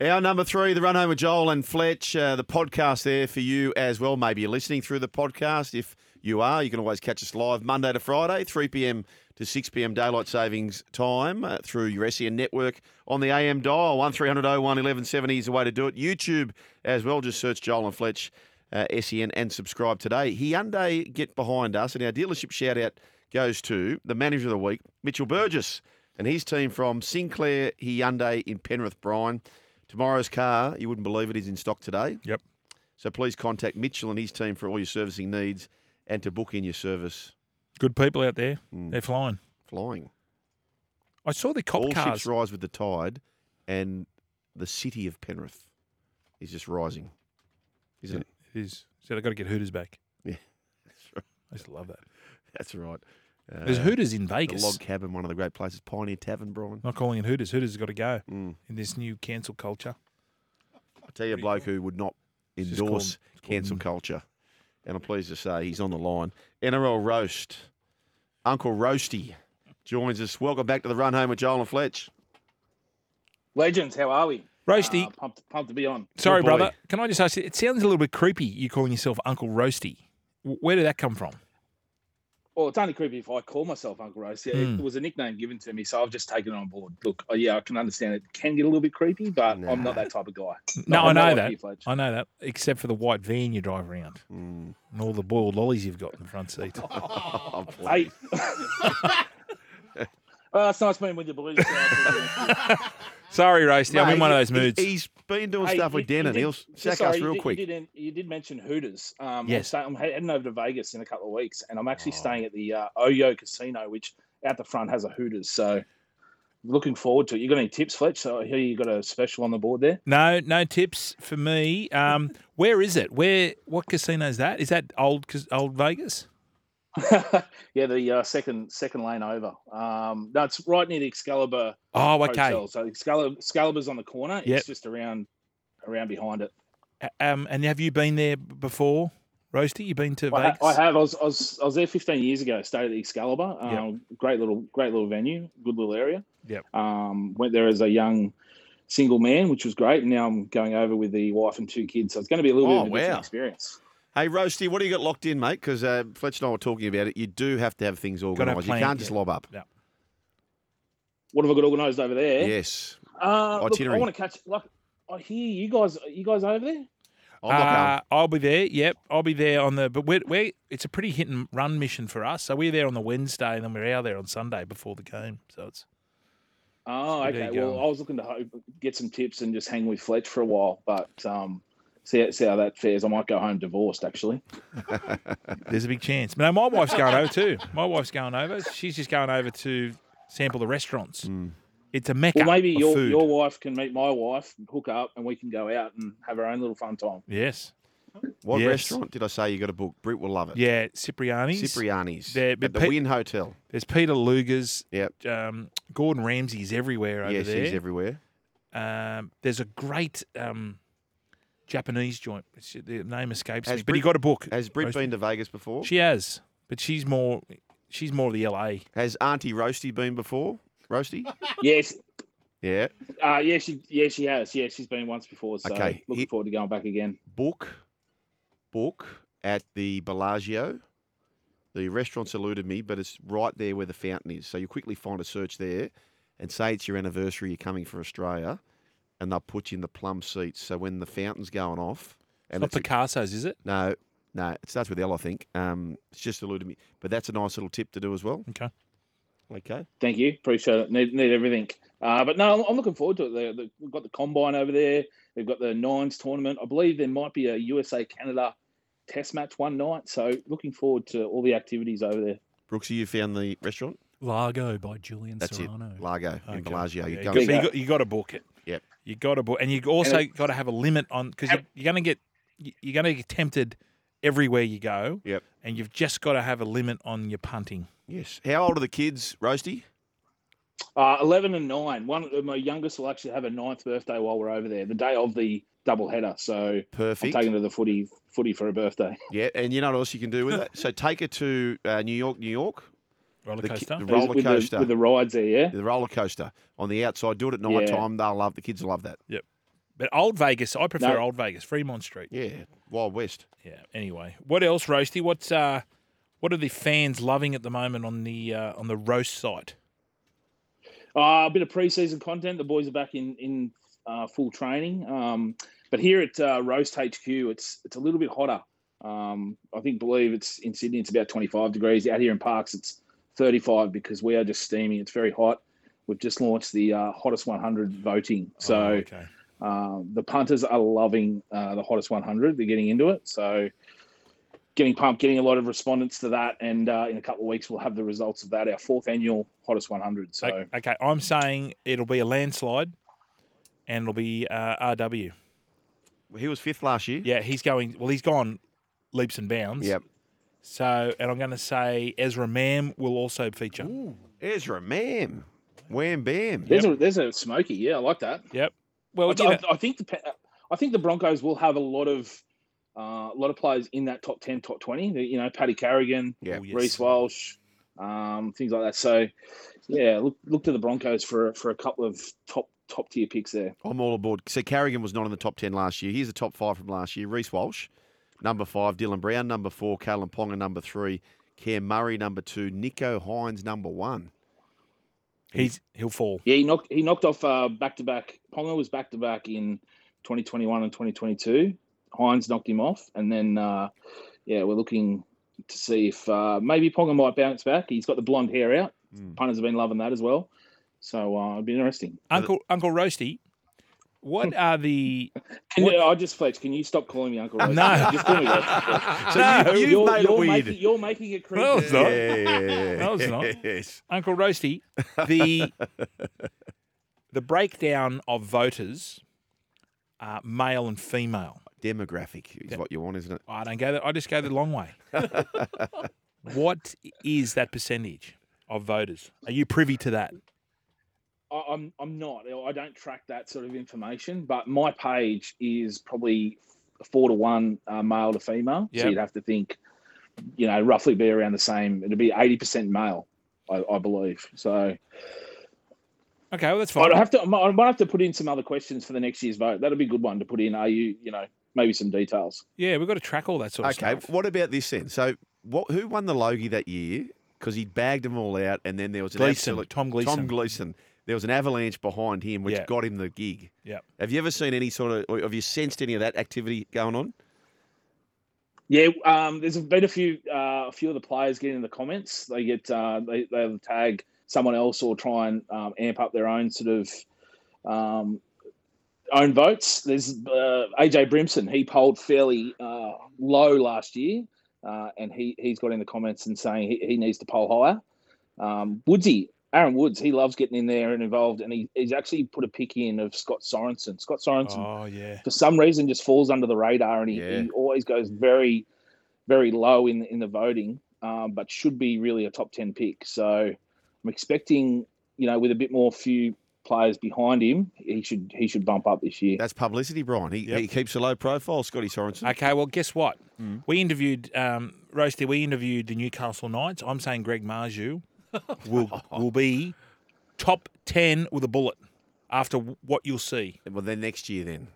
Our number three, the run home with Joel and Fletch, uh, the podcast there for you as well. Maybe you're listening through the podcast. If you are, you can always catch us live Monday to Friday, 3 p.m. to 6 p.m. daylight savings time uh, through your SEN network on the AM dial. 1300 01 1170 is the way to do it. YouTube as well. Just search Joel and Fletch, uh, SEN, and subscribe today. Hyundai get behind us, and our dealership shout out goes to the manager of the week, Mitchell Burgess, and his team from Sinclair Hyundai in Penrith, Bryan. Tomorrow's car, you wouldn't believe it, is in stock today. Yep. So please contact Mitchell and his team for all your servicing needs and to book in your service Good people out there. They're flying. flying. I saw the cop Mm. all ships cars. rise with the tide, and the city of Penrith is just rising, isn't it? It is. So they've got to get Hooters back. Yeah, that's right. I just love that. That's right. Uh, There's Hooters in the Vegas. log cabin, one of the great places, Pioneer Tavern, Brian. Not calling it Hooters. Hooters has got to go Mm. in this new cancel culture. I tell you, a bloke who would not Oh, It's just called- endorse it's called- cancel culture, and I'm pleased to say he's on the line. NRL roast, Uncle Roasty joins us. Welcome back to the run home with Joel and Fletch. Legends, how are we? Roasty. Uh, pumped, pumped to be on. Sorry, good boy. brother. Can I just ask you? It sounds a little bit creepy. You calling yourself Uncle Roasty. W- Where did that come from? Well, it's only creepy if I call myself Uncle Roast. Yeah, Hmm. It was a nickname given to me, so I've just taken it on board. Look, oh, yeah, I can understand it can get a little bit creepy, but I'm not that type of guy. No, I'm I not know like that. you, Fletch. I know that. Except for the white van you drive around Mm. and all the boiled lollies you've got in the front seat. I'm pleased. Hey. well, it's nice being with you, boys. Uh, Sorry, Roasty. I'm in Mate, one of those he- moods. He's been doing hey, stuff with you- you Denon. did- He'll you- sack sorry, us you real did- quick. You did, you did mention Hooters. Um, Yes. I'm, staying, I'm heading over to Vegas in a couple of weeks, and I'm Oh. actually staying at the uh, Oyo Casino, which out the front has a Hooters. So, looking forward to it. You got any tips, Fletch? So I hear you got a special on the board there. No, no tips for me. Um, where is it? Where? What casino is that? Is that old cas- old Vegas? yeah, the uh, second second lane over. Um, that's right near the Excalibur Oh, okay. Hotel. So Excalibur, Excalibur's on the corner. Yep. It's just around around behind it. A- Um, and have you been there b- before, Roasty? You been to I, ha- Vegas? I have. I was, I was I was there 15 years ago. Stayed at the Excalibur. Um, Yep. Great little great little venue. Good little area. Yep. Um, went there as a young single man, which was great. And now I'm going over with the wife and two kids, so it's going to be a little Oh, bit of a different wow. experience. Hey, Roasty, what do you got locked in, mate? Because uh, Fletch and I were talking about it. You do have to have things have organised. You plan, can't just yeah. lob up. Yeah. What have I got organised over there? Yes. Uh, look, I Itinerary. want to catch. Like, I hear you guys. You guys over there? I'm not Uh, I'll be there. Yep, I'll be there on the. But we're, we're it's a pretty hit and run mission for us. So we're there on the Wednesday, and then we're out there on Sunday before the game. So it's Oh, So there okay. you go. Well, I was looking to hope, get some tips and just hang with Fletch for a while, but um, see see how that fares. I might go home divorced, actually. there's a big chance. No, my wife's going over too. My wife's going over. She's just going over to sample the restaurants. It's a mecca. Mm. Well, maybe of your food. your wife can meet my wife, hook up, and we can go out and have our own little fun time. yes, What Yes. restaurant did I say you got to book? Brit will love it. yeah, Cipriani's. Cipriani's. There, At the but pe- Wynn Hotel. There's Peter Luger's. Yep. Um, Gordon Ramsay's everywhere over Yes, there. he's everywhere. Um, there's a great um, Japanese joint. It's, the name escapes Has me, but you Brit- got a book. Has Brit Roasty. been to Vegas before? She has, but she's more she's more of the LA. Has Auntie Roasty been before? Roasty? Yes, yeah. uh, yeah, she yeah she has. Yeah, she's been once before. So Okay, looking it- forward to going back again. book book at the Bellagio. The restaurant's eluded me, but it's right there where the fountain is. So you quickly find a search there and say it's your anniversary, you're coming for Australia, and they'll put you in the plum seats. So when the fountain's going off It's and not it's a- Picasso's, is it? no, no, it starts with L, I think. Um, it's just eluded me. But that's a nice little tip to do as well. Okay. Okay. Thank you, appreciate it. Need need everything. Uh, but no, I'm, I'm looking forward to it. They- they- We've got the combine over there. They've got the nines tournament. I believe there might be a USA Canada test match one night. So looking forward to all the activities over there. Brooksy, you found the restaurant? Largo by Julian That's Serrano. it. Largo in Okay. Bellagio. Yeah, You you go got- and so you got you got to book it. Yep. You got to book, and you also it- got to have a limit on because you're, you're going to get you're going to get tempted everywhere you go. Yep. And you've just got to have a limit on your punting. Yes. How old are the kids, Roasty? Uh, 11 and 9. One of my youngest will actually have a ninth birthday while we're over there, the day of the double header. So I'm Perfect. taking her to the footy footy for a birthday. Yeah, and you know what else you can do with that? So take her to uh, New York, New York, Roller The ki- the- coaster. With- Roller with, coaster. The, with the rides there, yeah. the roller coaster on the outside. Do it at night time. They'll love the kids. Will love that. but Old Vegas, I prefer No. Old Vegas, Fremont Street. Yeah, Wild West. Yeah. Anyway, what else, Roasty? What's uh, what are the fans loving at the moment on the uh, on the roast site? Uh, a bit of preseason content. The boys are back in in uh, full training. Um, but here at uh, Roast HQ, it's it's a little bit hotter. Um, I think believe it's in Sydney, it's about 25 degrees. Out here in Parks, it's 35 because we are just steaming. It's very hot. We've just launched the uh, hottest 100 voting, so Oh, okay. um, the punters are loving uh, the hottest 100. They're getting into it, so getting pumped, getting a lot of respondents to that. And uh, in a couple of weeks, we'll have the results of that. Our fourth annual hottest 100. So. O- okay, I'm saying it'll be a landslide, and it'll be uh, RW. He was fifth last year. Yeah, he's going. Well, he's gone leaps and bounds. Yep. So, and I'm going to say Ezra Mam will also feature. Ezra Mam. Wham bam. There's a there's a smoky, yeah, I like that. Yep. Well, Oh, I, you know, I- I think the Pe- I think the Broncos will have a lot of uh, a lot of players in that top ten, top twenty. The- You know, Paddy Carrigan, Yeah. Oh, yes. Reese Walsh, um, things like that. So, yeah, look look to the Broncos for for a couple of top top tier picks there. I'm all aboard. So Carrigan was not in the top 10 last year. Here's the top five from last year. Reese Walsh, number five. Dylan Brown, number four. Callum Ponga, number three. Cam Murray, number two. Nico Hines, number one. he's he'll fall. Yeah, he knocked he knocked off back to back. Ponga was back to back in 2021 and 2022. Hines knocked him off, and then uh, yeah, we're looking to see if uh, maybe Ponga might bounce back. He's got the blonde hair out. Mm. Punters have been loving that as well, so uh, it'd be interesting. Uncle Uncle Roasty, Hmm. what are the? Can What- you, I just Fletch, can you stop calling me Uncle Rosie? No. just call me Rosie. So No. you, you're, have made you're it weird. Making, you're making it creepy. No, it's not. Yeah. No, it's not. Yes. Uncle Roasty, the the breakdown of voters, uh, male and female. Demographic is what you want, isn't it? I don't go. The, I just go the long way. what is that percentage of voters? Are you privy to that? I, I'm I'm not. I don't track that sort of information, but my page is probably four to one uh, male to female. Yep. So you'd have to think, you know, roughly be around the same. It'd be eighty percent male, I, I believe. So Okay, well that's fine. I'd have to. I might have to put in some other questions for the next year's vote. That'd be a good one to put in. Are you, you know, maybe some details? yeah, we've got to track all that sort of Okay. stuff. What about this then? So what? Who won the Logie that year? Because he bagged them all out, and then there was an Gleeson, absolute Tom Gleeson. Tom Gleeson. There was an avalanche behind him, which Yeah. got him the gig. Yeah. Have you ever seen any sort of? Or have you sensed any of that activity going on? Yeah, um, there's been a few uh, a few of the players get in the comments. They get uh, they they'll tag someone else or try and um, amp up their own sort of um, own votes. There's uh, AJ Brimson. He polled fairly uh, low last year, uh, and he he's got in the comments and saying he, he needs to poll higher. Um, Woodsy, Aaron Woods, he loves getting in there and involved, and he, he's actually put a pick in of Scott Sorensen. Scott Sorensen Oh yeah. for some reason just falls under the radar and he, Yeah. he always goes very very low in in the voting um, but should be really a top 10 pick so i'm expecting you know with a bit more few players behind him he should he should bump up this year That's publicity, Brian. He, Yep. he keeps a low profile, Scotty Sorensen. Okay, well, guess what? We interviewed um, Roasty. We interviewed the Newcastle Knights. I'm saying Greg Marju will will be top ten with a bullet after w- what you'll see. Well, then next year, then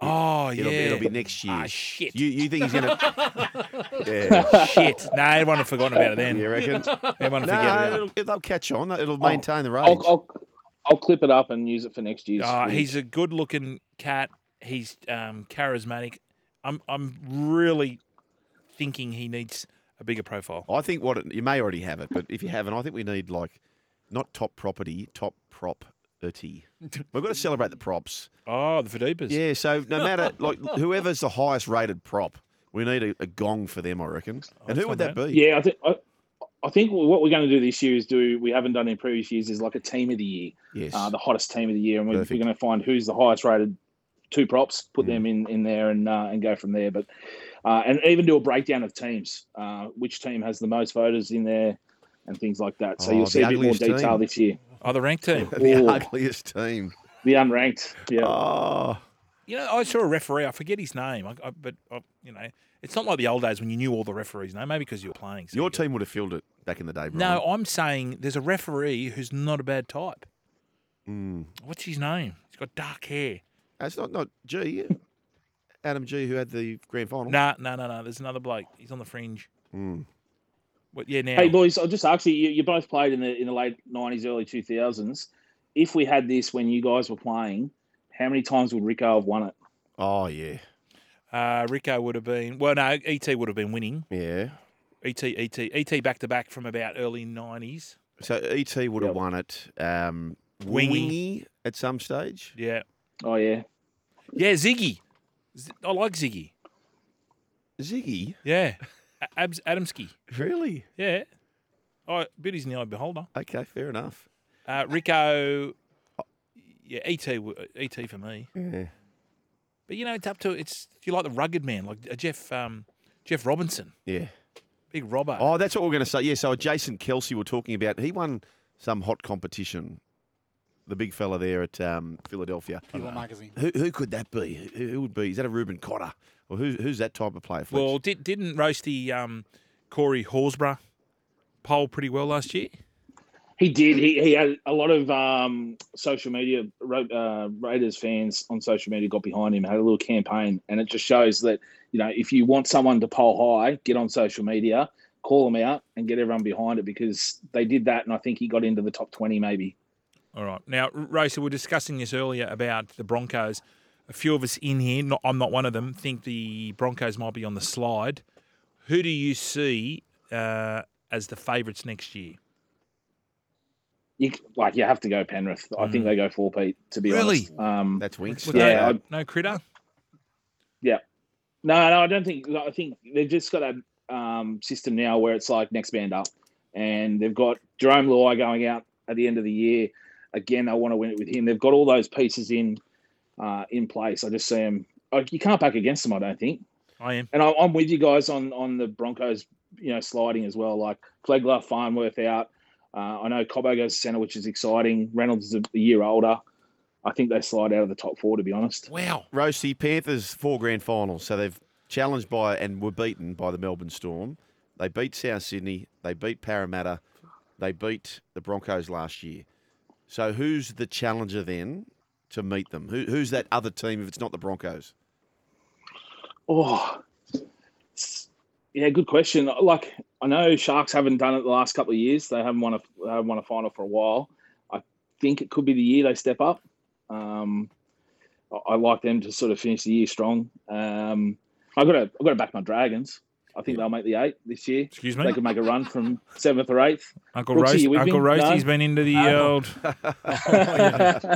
Oh it'll, yeah, be, it'll be next year. Ah, shit. You you think he's gonna? yeah. shit. No, everyone had forgotten about it then. You reckon? Everyone had forgotten about it. Oh, no, it'll, they'll catch on. It'll maintain the rage. I'll, I'll i'll clip it up and use it for next year's Ah, footage. he's a good-looking cat. He's um, charismatic. I'm I'm really thinking he needs a bigger profile. I think what it, you may already have it, but if you haven't, I think we need like not top property, top property. We've got to celebrate the props. Oh, the Fidupas. Yeah, so no matter like whoever's the highest rated prop, we need a, a gong for them, I reckon. And that's who would not that be? yeah i think I, I I think what we're going to do this year is do we haven't done in previous years is like a team of the year, Yes. uh, the hottest team of the year, and we're, we're Perfect. going to find who's the highest rated two props, put them in in there, and uh, and go from there. But uh, and even do a breakdown of teams, uh, which team has the most voters in there, and things like that. So Oh, you'll see the a bit more ugliest team. detail this year. Oh, the ranked team. the Ooh. ugliest team. The unranked, yeah. Oh, You know, I saw a referee. I forget his name, I, I, but I, you know, it's not like the old days when you knew all the referees' name. Maybe because you were playing. so your you- team would have filled it back in the day, Brian. No, I'm saying there's a referee who's not a bad type. Mm. What's his name? He's got dark hair. That's not not G. Adam G, who had the grand final. Nah, no, no, no. There's another bloke. He's on the fringe. Mm. What? Yeah, now. Hey boys, I'll just ask you, you. You both played in the in the late nineties, early two thousands. If we had this when you guys were playing, how many times would Rico have won it? Oh yeah, Uh, Rico would have been. Well, no, ET would have been winning. E yeah. ET, ET, ET back to back from about early '90s. So ET would have Yep. won it. Um, Wingy. Wingy at some stage. Yeah, Oh yeah, yeah. Ziggy. Z- I like Ziggy. Ziggy, Yeah. A- Abs Adamski. really? Yeah. Oh, beauty's in the eye of the beholder. Okay, fair enough. Uh, Rico. Yeah, ET, w- ET for me. Yeah. But you know, it's up to it's. You like the rugged man, like uh, Jeff, um, Jeff Robinson, Yeah. big robber. Oh, that's what we're going to say. Yeah. So Jason Kelsey, we're talking about. He won some hot competition. The big fella there at um, Philadelphia. People magazine. Who, who could that be? Who, who would be? Is that a Ruben Cotter? Or who, who's that type of player? Fletch? well, did didn't roasty um, Corey Horsburgh poll pretty well last year? he did. He, he had a lot of um, social media Ra- uh, Raiders fans on social media got behind him, had a little campaign, and it just shows that you know if you want someone to poll high, get on social media, call them out, and get everyone behind it because they did that, and I think he got into the top twenty maybe. All right. Now, Rosa, we were discussing this earlier about the Broncos. A few of us in here, not, I'm not one of them, think the Broncos might be on the slide. Who do you see uh, as the favourites next year? You, like you have to go Penrith. I think they go four Pete to be Really? honest. Um, that's Winks. Look, Yeah, no, I'd- no critter. No, no, I don't think. I think they've just got a um, system now where it's like next band up, and they've got Jerome Luai going out at the end of the year. Again, they want to win it with him. They've got all those pieces in uh, in place. I just see them. Like, you can't back against them. I don't think. I am. And I, I'm with you guys on on the Broncos, you know, sliding as well. Like Flegler, Farnworth out. Uh, I know Cobbo goes to centre, which is exciting. Reynolds is a a year older. I think they slide out of the top four, to be honest. Wow. Roasty Panthers four grand finals. So they've challenged by and were beaten by the Melbourne Storm. They beat South Sydney. They beat Parramatta. They beat the Broncos last year. So who's the challenger then to meet them? Who, who's that other team if it's not the Broncos? Oh, it's- yeah, good question. Like I know Sharks haven't done it the last couple of years. They haven't won a they haven't won a final for a while. I think it could be the year they step up. Um, I, I like them to sort of finish the year strong. Um, I got to I got to back my Dragons. I think they'll make the eight this year. Excuse They me. could make a run from seventh or eighth. Uncle Brooksy, Roast, you with Uncle me? Roast, No? Oh, has been into the old,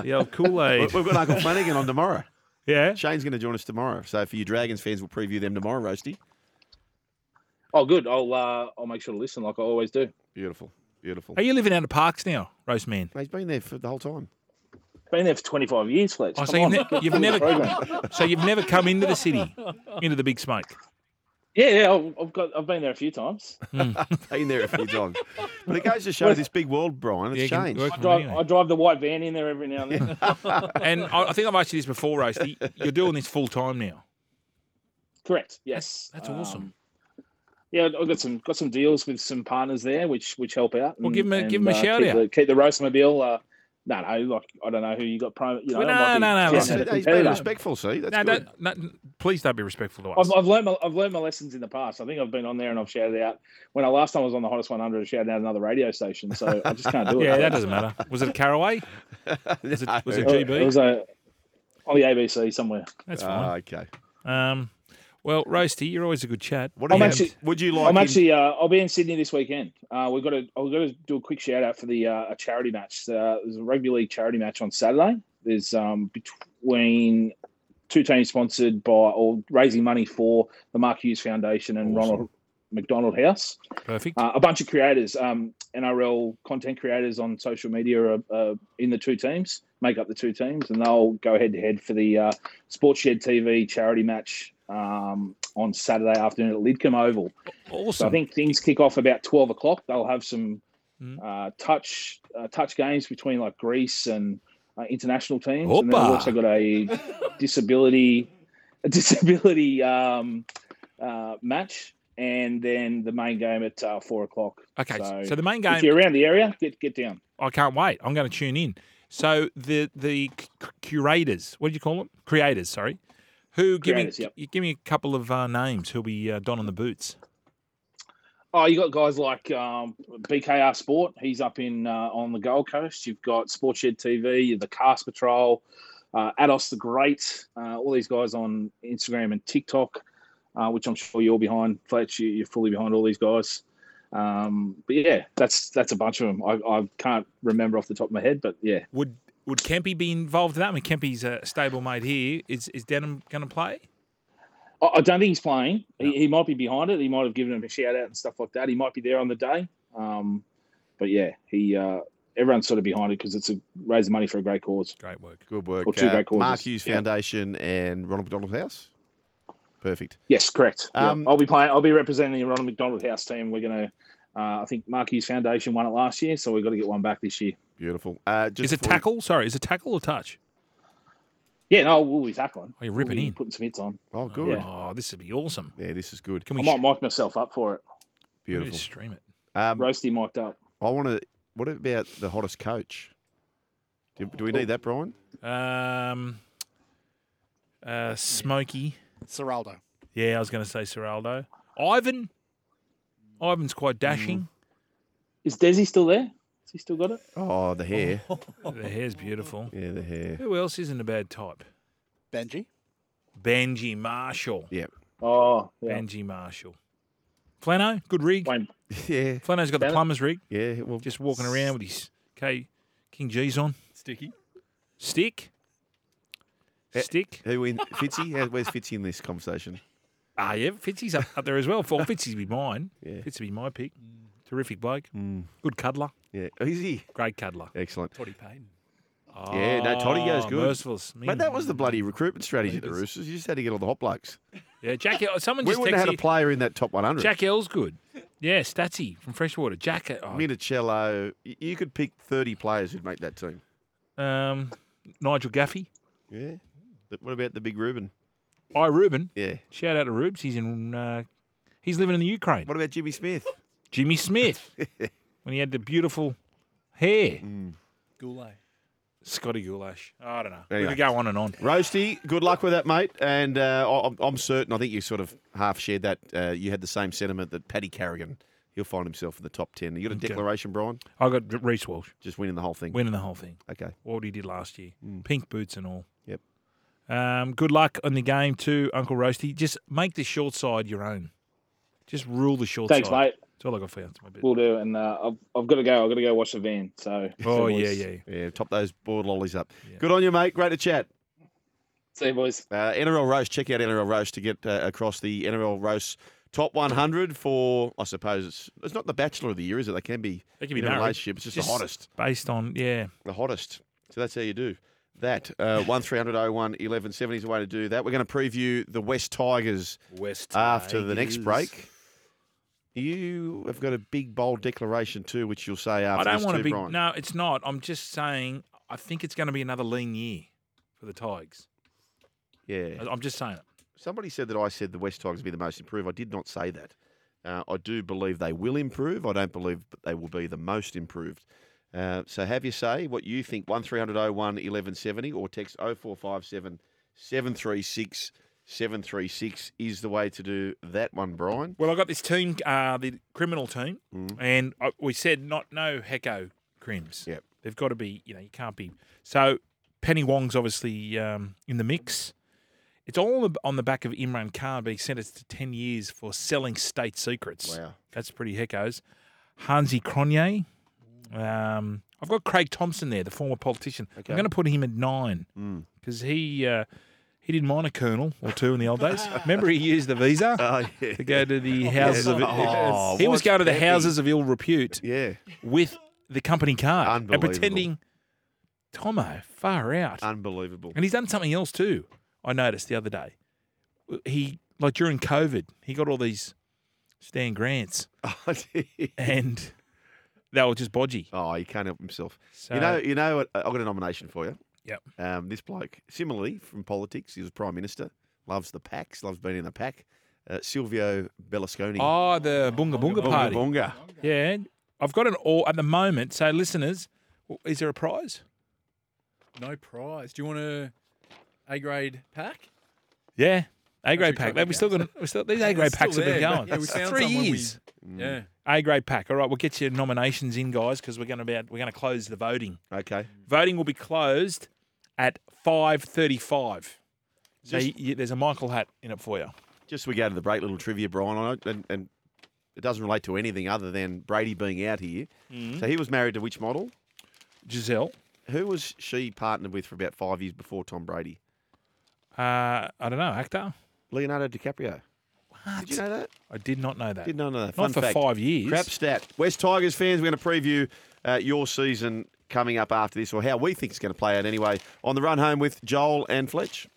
the old Kool We- Aid. We've got Uncle Flanagan on tomorrow. Yeah. Shane's going to join us tomorrow. So for you Dragons fans, we'll preview them tomorrow, Roasty. Oh, good. I'll uh, I'll make sure to listen like I always do. Beautiful. Beautiful. Are you living out of parks now, Roast Man? He's been there for the whole time. Been there for twenty five years, Fletch. Oh, so Come you've, on. ne- you've never, Program. so you've never come into the city, into the big smoke. Yeah, yeah. I've- I've got I've been there a few times. Been there a few times. But it goes to show this big world, Brian. Yeah, It's you can changed. work I from drive, anywhere. I drive the white van in there every now and then. And I, I think I've asked you this before, Roasty. You're doing this full time now. Correct. Yes. That's awesome. Um, yeah, I've got some got some deals with some partners there, which which help out. Well, give 'em a- give 'em a shout keep out. The, keep the roastmobile. Uh, no, no, like I don't know who you got. Prime, you know, Well, it no, might be no, no, Yeah, It's Jess so and a he's being competitor. respectful, see? That's no, good. don't, no, please don't be respectful to us. I've, I've learned my I've learned my lessons in the past. I think I've been on there and I've shouted out when I last time I was on the hottest 100. I shouted out another radio station, so I just can't do it. yeah, that doesn't matter. Was it a Caraway? Was it, was it Uh, GB? It was a, on the ABC somewhere. That's Ah, fine. okay. Um, well, Roasty, you're always a good chat. What I'm do you, actually- would you like? I'm him- actually. Uh, I'll be in Sydney this weekend. Uh, we've got to. I've got to do a quick shout out for the uh, a charity match. Uh, there's a rugby league charity match on Saturday. There's um, between two teams sponsored by or raising money for the Mark Hughes Foundation and Awesome. Ronald McDonald House. Perfect. Uh, a bunch of creators, um, NRL content creators on social media are, uh, in the two teams, make up the two teams, and they'll go head to head for the uh, Sports Shed TV charity match um, on Saturday afternoon at Lidcombe Oval. So awesome. I think things kick off about twelve o'clock. They'll have some Mm. uh, touch uh, touch games between like Greece and uh, international teams, and they've Hoppa. also got a disability a disability um, uh, match, and then the main game at uh, four o'clock. okay, so, so the main If you're game, around the area, get get down. I can't wait. I'm going to tune in. So the the c- c- curators, what do you call them? Creators, sorry. Who give Creators, me yep. you give me a couple of uh, names who'll be uh, donning the boots? Oh, you got guys like um, BKR Sport. He's up in uh, on the Gold Coast. You've got Sportshed TV, the Cast Patrol, uh, Ados the Great. Uh, all these guys on Instagram and TikTok, uh, which I'm sure you're behind, Fletch. You, you're fully behind all these guys. Um, but yeah, that's that's a bunch of them. I, I can't remember off the top of my head, but yeah, Would would Kempy be involved in that? I mean, Kempy's a stablemate here. Is is Denham going to play? I, I don't think he's playing. He, he might be behind it. He might have given him a shout out and stuff like that. He might be there on the day. Um, but yeah, he uh, everyone's sort of behind it because it's a raise money for a great cause. Great work. Good work. Or two great causes. Mark Hughes Yeah. Foundation and Ronald McDonald House. Perfect. Yes, correct. Yeah. Um, I'll be playing. I'll be representing the Ronald McDonald House team. We're gonna. Uh, I think Mark Hughes Foundation won it last year, so we've got to get one back this year. Beautiful. Uh, just Is it before we- tackle? Sorry, is it tackle or touch? Yeah, no, we'll be tackling. Oh, you're ripping we'll be in. putting some hits on. Oh, good. Yeah. Yeah. Oh, this would be awesome. this is good. Can I we, might mic myself up for it. we Beautiful. stream it? Um, Roasty mic'd up. I want to. What about the hottest coach? Do, do we need that, Brian? Um, uh, Smoky. Seraldo. Yeah, I was going to say Seraldo. Ivan. Ivan's quite dashing. Is Desi still there? Has he still got it? Oh, the hair. The hair's beautiful. Yeah, the hair. Who else isn't a bad type? Benji. Benji Marshall. Yeah. Oh, yeah. Benji Marshall. Flano, good rig. Wayne. Yeah. Flano's got the Flano. plumber's rig. Yeah. Well, Just walking around with his K King G's on. Sticky. Stick. Eh. Stick. who in Fitzy? How- Where's Fitzy in this conversation? Ah, yeah. Fitzy's up, up there as well. Well, Fitzy'd be mine. Yeah. Fitzy be my pick. Terrific bloke. Good cuddler. Yeah. Oh, Is he? Great cuddler. Excellent. Toddy Payne. Yeah, no, Toddy goes Ah, good. Merciless. But that was the bloody recruitment strategy at the Roosters. You just had to get all the hot blokes. Yeah, Jack. Someone We just wouldn't have had a texted. player in that top 100. Jack Elsgood. Yeah, Statsy from Freshwater. Jack. Oh, Minicello. y- You could pick 30 players who'd make that team. um, Nigel Gaffey. Yeah. But what about the big Ruben? I Ruben. Yeah. Shout out to Rubes. He's in. Uh, he's living in the Ukraine. What about Jimmy Smith? Jimmy Smith. when he had the beautiful hair. Mm. Goulet. Scotty Goulash. I don't know. We Anyway. could go on and on. Roasty, good luck with that, mate. And uh, I- I'm, I'm certain, I think you sort of half shared that. Uh, you had the same sentiment that Paddy Carrigan, he'll find himself in the top 10. You got a declaration, Brian? I got Reese Walsh Just winning the whole thing. winning the whole thing. Okay. What he did last year, pink boots and all. Mm. Yep. Um, good luck on the game too, Uncle Roasty. Just make the short side your own. Just rule the short Thanks, side. mate. That's all I got for you. That's my bit. Will do. And uh, I've, I've got to go. I've got to go watch the van. So. oh see you yeah, boys. yeah. Yeah, top those board lollies up. Yeah. Good on you, mate. Great to chat. See you, boys. Uh, NRL Roast, check out NRL Roast to get uh, across the NRL Roast top 100 for, I suppose, it's, it's not the Bachelor of the Year, is it? They can be, They can be in a married. relationship. It's just, the hottest. Based on yeah, The hottest. So that's how you do that. Uh, 1300 01 1170 is the way to do that. We're going to preview the West Tigers West. after the next break. You have got a big, bold declaration too, which you'll say I after don't this want too, to be. Brian. No, it's not. I'm just saying. I think it's going to be another lean year for the Tigers. Yeah. I- I'm just saying it. Somebody said that I said the West Tigers would be the most improved. I did not say that. Uh, I do believe they will improve. I don't believe that they will be the most improved. Uh, so have your say what you think. 1300 01 1170 or text 0457 736 736 is the way to do that one, Brian. Well, I got this team, uh, the criminal team, Mm. and I, we said not no hecko crims. Yep. they've got to be. You know, you can't be. So Penny Wong's obviously um, in the mix. It's all ab- on the back of Imran Khan being sentenced to ten years for selling state secrets. Wow. that's pretty heckos. Hansi Cronje. Um, I've got Craig Thompson there, the former politician. Okay. I'm going to put him at nine Mm. because he uh, He didn't mind a colonel or two in the old days. Remember, he used the visa Oh, yeah. to go to the houses of. Oh, he was what's going to the Pepe? houses of ill repute Yeah, with the company card and Unbelievable. pretending. Tomo, far out. unbelievable. And he's done something else too. I noticed the other day. He like during COVID, he got all these Stan grants, and they were just bodgy. oh, he can't help himself. So you know, you know what? I've got a nomination for you. Yep. Um, this bloke, similarly from politics, he was prime minister. Loves the packs. Loves being in the pack. Uh, Silvio Berlusconi. oh, the Bunga Bunga, Bunga party. Bunga. Yeah, I've got an all at the moment. So listeners, w- is there a prize? No prize. Do you want a A grade pack? Yeah. A grade Actually, pack. got We still got. We still, these A grade It's packs still have been there. going. Yeah, we found Three someone we- years. Yeah. A grade pack. All right, we'll get your nominations in, guys, because we're going to about we're going to close the voting. Okay. Voting will be closed at 5.35. So Just- y y- there's a Michael hat in it for you. Just we go to the break, little trivia, Brian. I know, and, and it doesn't relate to anything other than Brady being out here. Mm-hmm. So he was married to which model? Giselle. Who was she partnered with for about five years before Tom Brady? Uh, I don't know, actor? Leonardo DiCaprio. Did you know that? I did not know that. Did not know that. Fun Not for fact. five years. Crap stat. West Tigers fans, we're going to preview uh, your season coming up after this, or how we think it's going to play out anyway. On the run home with Joel and Fletch.